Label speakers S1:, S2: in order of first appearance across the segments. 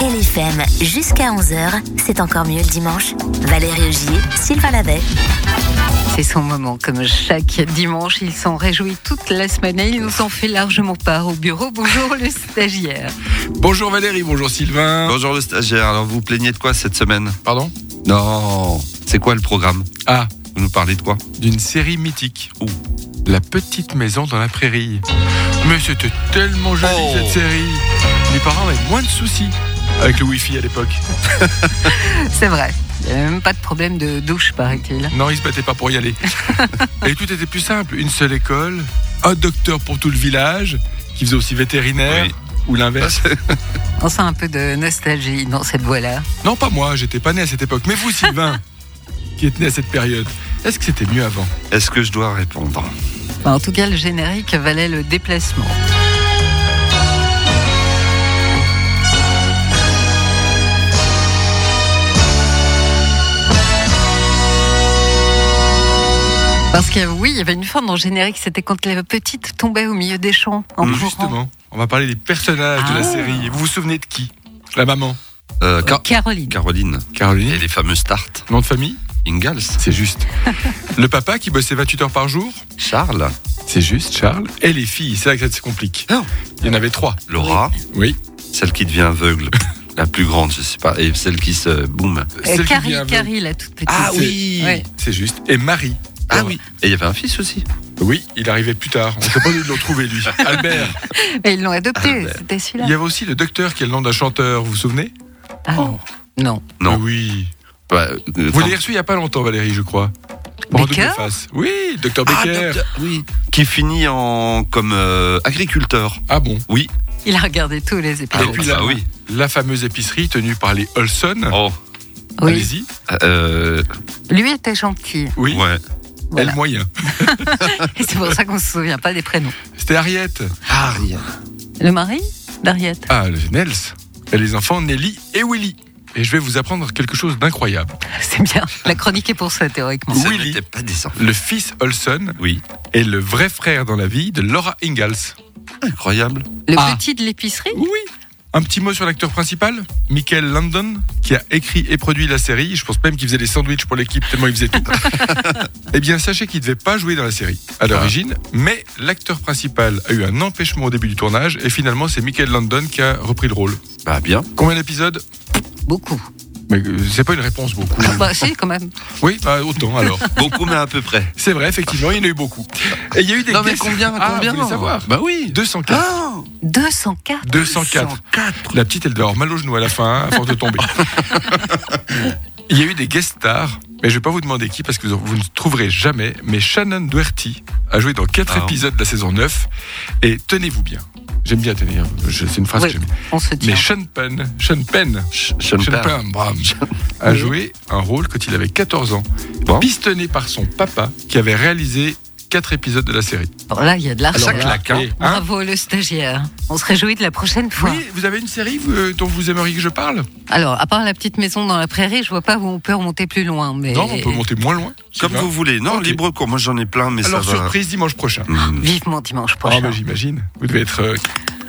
S1: LFM, jusqu'à 11h, c'est encore mieux le dimanche. Valérie Ogier, Sylvain Lavet.
S2: C'est son moment, comme chaque dimanche, ils s'en réjouit toute la semaine et il nous en fait largement part au bureau. Bonjour le stagiaire.
S3: Bonjour Valérie, bonjour Sylvain.
S4: Bonjour le stagiaire, alors vous vous plaignez de quoi cette semaine
S3: Pardon
S4: Non, c'est quoi le programme
S3: Ah,
S4: Vous nous parlez de quoi
S3: d'une série mythique.
S4: Ouh.
S3: La petite maison dans la prairie. Mais c'était tellement joli
S4: Oh.
S3: cette série. Mes parents avaient moins de soucis avec le wifi à l'époque.
S2: C'est vrai. Il n'y a même pas de problème de douche, paraît-il.
S3: Non, ils se battaient pas pour y aller. Et tout était plus simple. Une seule école, un docteur pour tout le village, qui faisait aussi vétérinaire.
S4: Oui.
S3: Ou l'inverse.
S2: On sent un peu de nostalgie dans cette voie-là.
S3: Non, pas moi, j'étais pas né à cette époque. Mais vous, Sylvain, qui êtes né à cette période, est-ce que c'était mieux avant
S4: Est-ce que je dois répondre
S2: Enfin, en tout cas, le générique valait le déplacement. Parce que oui, il y avait une fin dans le générique, c'était quand la petite tombait au milieu des champs en
S3: Mm-hmm.
S2: courant. Euh,
S3: Justement, on va parler des personnages de la
S2: Ah.
S3: série. Et Vous vous souvenez de qui La maman.
S4: Euh, Car-
S2: Caroline.
S4: Caroline et
S3: Caroline.
S4: les fameux starts.
S3: Nom de famille
S4: Ingalls
S3: C'est juste. Le papa qui bossait 28 heures par jour
S4: Charles
S3: C'est juste, Charles. Et les filles, c'est là que ça se complique.
S4: Oh.
S3: Il y en avait trois.
S4: Laura,
S3: Oui.
S4: celle qui devient aveugle, la plus grande, je sais pas, et celle qui se boum.
S2: Euh,
S3: Celle qui
S2: Carrie,
S3: vient avec-
S2: Carrie, la toute petite.
S4: Ah
S3: C'est-
S4: oui
S2: Ouais.
S3: C'est juste. Et Marie.
S4: Ah oui Et il y avait un fils aussi.
S3: Oui, il arrivait plus tard. On ne peut pas nous le retrouver, lui. Albert.
S2: Mais ils l'ont adoptée,
S4: Ah, ben.
S2: c'était
S3: Il
S2: celui-là.
S3: y avait aussi le docteur qui est le nom d'un chanteur, vous vous souvenez
S2: Ah, non. non.
S4: Non.
S3: Oui.
S4: Bah, euh,
S3: Vous
S4: attends.
S3: l'avez reçu il n'y a pas longtemps, Valérie, je crois. Pour un double
S2: Becker
S3: face. Oui, docteur
S4: Ah,
S3: Becker.
S4: docteur- oui. Qui finit en comme euh, agriculteur.
S3: Ah bon
S2: Il a regardé tous les
S3: Ah,
S2: épisodes.
S3: Et puis là-
S4: bah oui.
S3: La fameuse épicerie tenue par les Olson.
S4: Oh.
S2: Oui.
S3: Allez-y.
S4: Euh,
S2: Lui était gentil.
S3: Oui.
S4: Ouais.
S2: Voilà.
S3: Elle moyen.
S2: Et c'est pour ça qu'on ne se souvient pas des prénoms.
S3: C'était Ariette.
S4: Ah, rien.
S2: Le mari d'Ariette.
S3: Ah, le Nels. Et les enfants Nelly et Willy. Et je vais vous apprendre quelque chose d'incroyable.
S2: C'est bien. La chronique est pour ça, théoriquement.
S4: Ça
S3: Willy.
S4: n'était pas des enfants.
S3: Le fils Olson
S4: Oui.
S3: est le vrai frère dans la vie de Laura Ingalls.
S4: Incroyable.
S2: Le
S3: Ah.
S2: petit de l'épicerie
S3: Oui. Un petit mot sur l'acteur principal, Michael Landon, qui a écrit et produit la série. Je pense même qu'il faisait des sandwichs pour l'équipe, tellement il faisait tout. eh bien, sachez qu'il ne devait pas jouer dans la série à l'origine, mais l'acteur principal a eu un empêchement au début du tournage, et finalement, c'est Michael Landon qui a repris le rôle.
S4: Bah bien.
S3: Combien d'épisodes
S2: Beaucoup.
S3: Mais euh, c'est pas une réponse beaucoup.
S2: Ah bah si, quand même.
S3: Oui, bah, autant alors.
S4: Beaucoup mais à peu près.
S3: C'est vrai, effectivement, il y en a eu beaucoup. Et il y a eu des
S4: Non mais
S3: guests-
S4: combien
S3: Ah,
S4: Combien
S3: vous voulez savoir
S4: Bah oui.
S3: 204.
S4: Ah
S2: 204.
S3: 204. La petite, elle doit avoir mal au genou à la fin, hein, avant de tomber. Il y a eu des guest stars, mais je ne vais pas vous demander qui parce que vous vous ne trouverez jamais. Mais Shannon Doherty a joué dans 4
S4: Ah.
S3: épisodes de la saison 9. Et tenez-vous bien. J'aime bien tenir. je- C'est une phrase
S2: Ouais,
S3: que j'aime bien.
S2: on se tient.
S3: Mais Sean Penn, Sean Penn,
S4: Ch- Sean
S3: Sean
S4: Penn.
S3: Penn, bravo, a joué un rôle quand il avait 14 ans,
S4: Bon.
S3: pistonné par son papa qui avait réalisé 4 épisodes de la série.
S2: Bon, là, il y a de l'argent.
S4: Ça
S2: là.
S4: claque, hein.
S3: Et, hein,
S2: Bravo le stagiaire. On se réjouit de la prochaine fois.
S3: Oui, vous avez une série vous, euh, dont vous aimeriez que je parle
S2: Alors, à part la petite maison dans la prairie, je vois pas où on peut remonter plus loin. Mais
S3: Non, on peut monter moins loin.
S4: Comme
S3: Sylvain.
S4: vous voulez. Non,
S3: Ok.
S4: libre cours. Moi j'en ai plein mais
S3: Alors,
S4: ça va.
S3: surprise dimanche prochain.
S4: Hmm.
S2: Vivement dimanche
S3: Ah,
S2: prochain.
S3: bah, j'imagine. Vous devez être euh,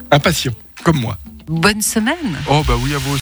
S3: impatient, comme moi.
S2: Bonne semaine.
S3: Oh, bah oui, à vous